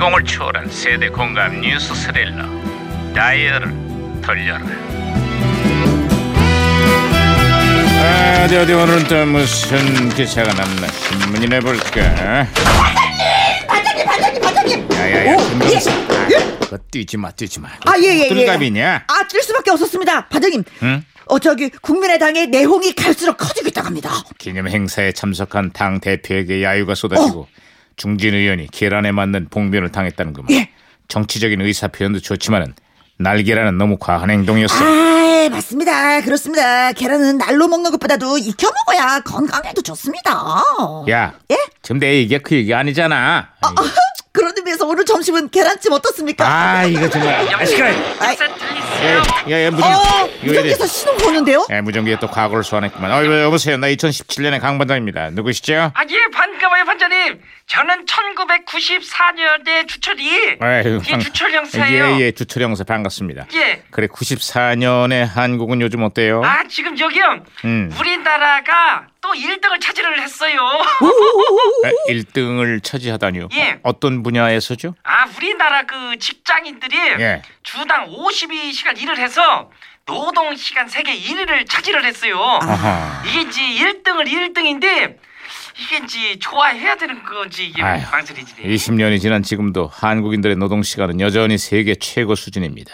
감동을 초월한 세대 공감 뉴스 스릴러 다이얼을 돌려라 아, 어디 어디 오늘은 또 무슨 기사가 났나 신문이나 볼까? 반장님, 반장님, 반장님. 야야야, 오, 예, 김동수. 예. 그거 뛰지 마, 뛰지 마. 아, 예, 예, 예. 뚫갑이냐? 아, 뛸 수밖에 없었습니다, 반장님. 응? 어, 저기 국민의당의 내홍이 갈수록 커지고 있다고 합니다. 기념 행사에 참석한 당 대표에게 야유가 어? 쏟아지고 중진 의원이 계란에 맞는 봉변을 당했다는 겁니다. 예. 정치적인 의사 표현도 좋지만은 날계란은 너무 과한 행동이었어. 아, 맞습니다. 그렇습니다. 계란은 날로 먹는 것보다도 익혀 먹어야 건강에도 좋습니다. 야, 예? 지금 내 얘기가 그 얘기 아니잖아. 아, 그런 의미에서 오늘 점심은 계란찜 어떻습니까? 아, 이거 정말. 아, 시끄러. 아이, 야, 야, 야, 무슨? 어, 이거 이래. 무전기에서 신호가 오는데요? 예, 무전기에 또 과거를 소환했구만. 어, 여- 여보세요. 나 2017년의 강 반장입니다. 누구시죠? 아, 예, 반가워요, 반장님. 저는 1994년대 주철이. 아유, 예, 주철 형사예요. 예, 예, 주철 형사 반갑습니다. 예. 그래, 94년의 한국은 요즘 어때요? 아, 지금 저기요. 음. 우리나라가 또 1등을 차지를 했어요. 아, 1등을 차지하다니요. 예. 어떤 분야에서죠? 아, 우리나라 그 직장인들이 예. 주당 52시간 일을 해서 노동 시간 세계 1위를 차지를 했어요. 아하. 이게 이제 1등을 1등인데 이게 이제 좋아해야 되는 건지 이게 아휴, 예, 망설이지네. 20년이 지난 지금도 한국인들의 노동 시간은 여전히 세계 최고 수준입니다.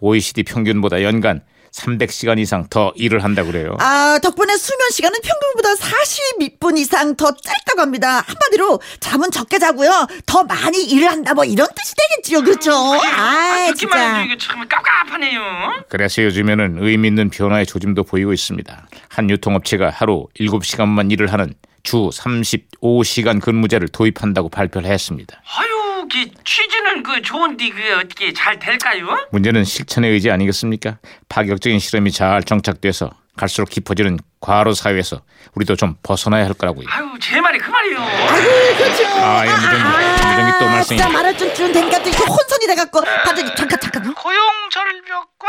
OECD 평균보다 연간 300시간 이상 더 일을 한다 그래요. 아, 덕분에 수면 시간은 평균보다 42분 이상 더 짧다고 합니다. 한마디로 잠은 적게 자고요. 더 많이 일을 한다 뭐 이런 뜻이 되겠지요. 그렇죠? 아, 듣기만 해도 진짜. 이게 참 깝깝하네요. 그래서 요즘에는 의미 있는 변화의 조짐도 보이고 있습니다. 한 유통업체가 하루 7시간만 일을 하는 주 35시간 근무제를 도입한다고 발표를 했습니다. 아유, 그 취지는 그 좋은데 그게 어떻게 잘 될까요? 문제는 실천의 의지 아니겠습니까? 파격적인 실험이 잘 정착돼서 갈수록 깊어지는 과로 사회에서 우리도 좀 벗어나야 할 거라고요. 아유, 제 말이 그 말이요. 아이고, 그렇죠. 아, 예, 무전기. 무전기 또 말썽이. 진짜 말할 줄줄 되니까 또 이거 혼선이 돼갖고. 다들 잠깐, 잠깐요. 고용 절벽과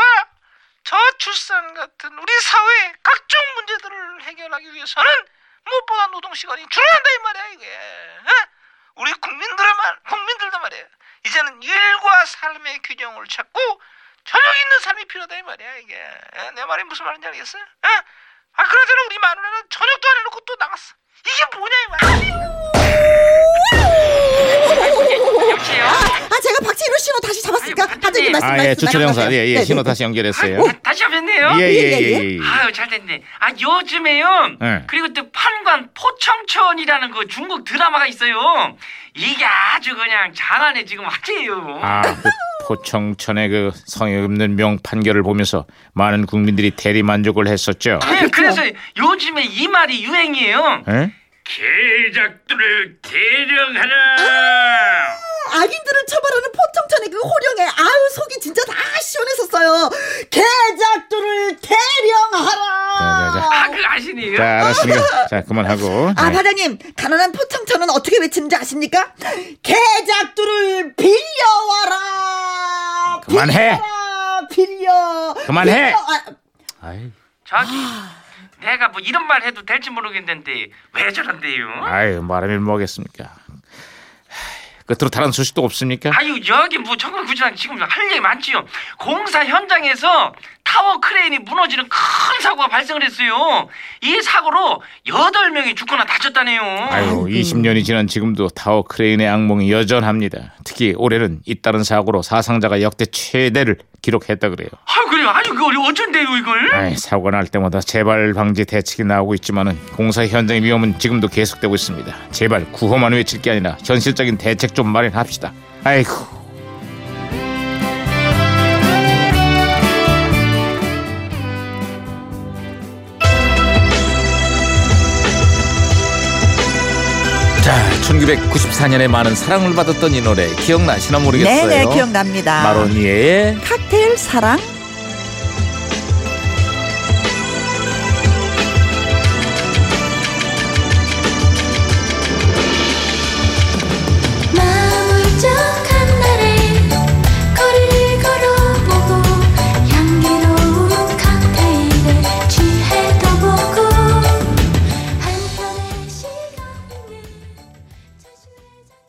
저출산 같은 우리 사회의 각종 문제들을 해결하기 위해서는 무엇보다 노동 시간이 줄어야 한다 이 말이야 이게. 어? 우리 국민들의 말, 국민들도 말이야. 이제는 일과 삶의 균형을 찾고 저녁 있는 삶이 필요하다 이 말이야 이게. 어? 내 말이 무슨 말인지 알겠어? 어? 아 그러자는 우리 마누라는 저녁도 안 해놓고 또 나갔어. 이게 뭐냐 이 말이야. 여보세요? 아, 아, 제가 박채로 신호 다시 잡았으니까 아유, 반장님 말씀 아, 예, 주철 형사. 예, 네, 예, 신호 다시 연결했어요. 아, 다시 하셨네요? 예, 예, 예, 예. 예. 아유, 잘 됐네. 아, 요즘에요. 네. 그리고 또 판관 포청천이라는 그 중국 드라마가 있어요. 이게 아주 그냥 잘하네, 지금 핫해요. 아, 그 포청천의 그 성의 없는 명판결을 보면서 많은 국민들이 대리 만족을 했었죠. 네, 그래서 요즘에 이 말이 유행이에요. 예? 계작들을 대령하라. 악인들을 아, 처벌하는 포청천의 그 호령에 아유 속이 진짜 다 시원했었어요. 개작들을 대령하라. 자, 자, 아, 그거 아시네요? 자, 알았으니까 자 그만하고. 아, 네. 반장님, 가난한 포청천은 어떻게 외치는지 아십니까? 개작두를 빌려와라! 그만해. 빌려와라, 빌려! 그만해. 빌려, 아, 아이, 저기 내가 뭐 이런 말 해도 될지 모르겠는데 왜 저런데요? 아유, 말하면 뭐겠습니까? 하이, 끝으로 다른 소식도 없습니까? 아유 여기 뭐 청구구장 지금 할 얘기 많지요. 공사 현장에서 타워 크레인이 무너지는 큰 사고가 발생을 했어요. 이 사고로 여덟 명이 죽거나 다쳤다네요. 아유, 20년이 지난 지금도 타워 크레인의 악몽이 여전합니다. 특히 올해는 잇따른 사고로 사상자가 역대 최대를 기록했다 그래요. 아 그래요? 아니 그걸 어쩐데요 이걸? 아이, 사고가 날 때마다 재발 방지 대책이 나오고 있지만은 공사 현장의 위험은 지금도 계속되고 있습니다. 제발 구호만 외칠 게 아니라 현실적인 대책 좀 마련합시다. 아이고. 자, 1994년에 많은 사랑을 받았던 이 노래 네, 기억나시나 모르겠어요. 네네, 기억납니다. 마로니에의 칵테일 사랑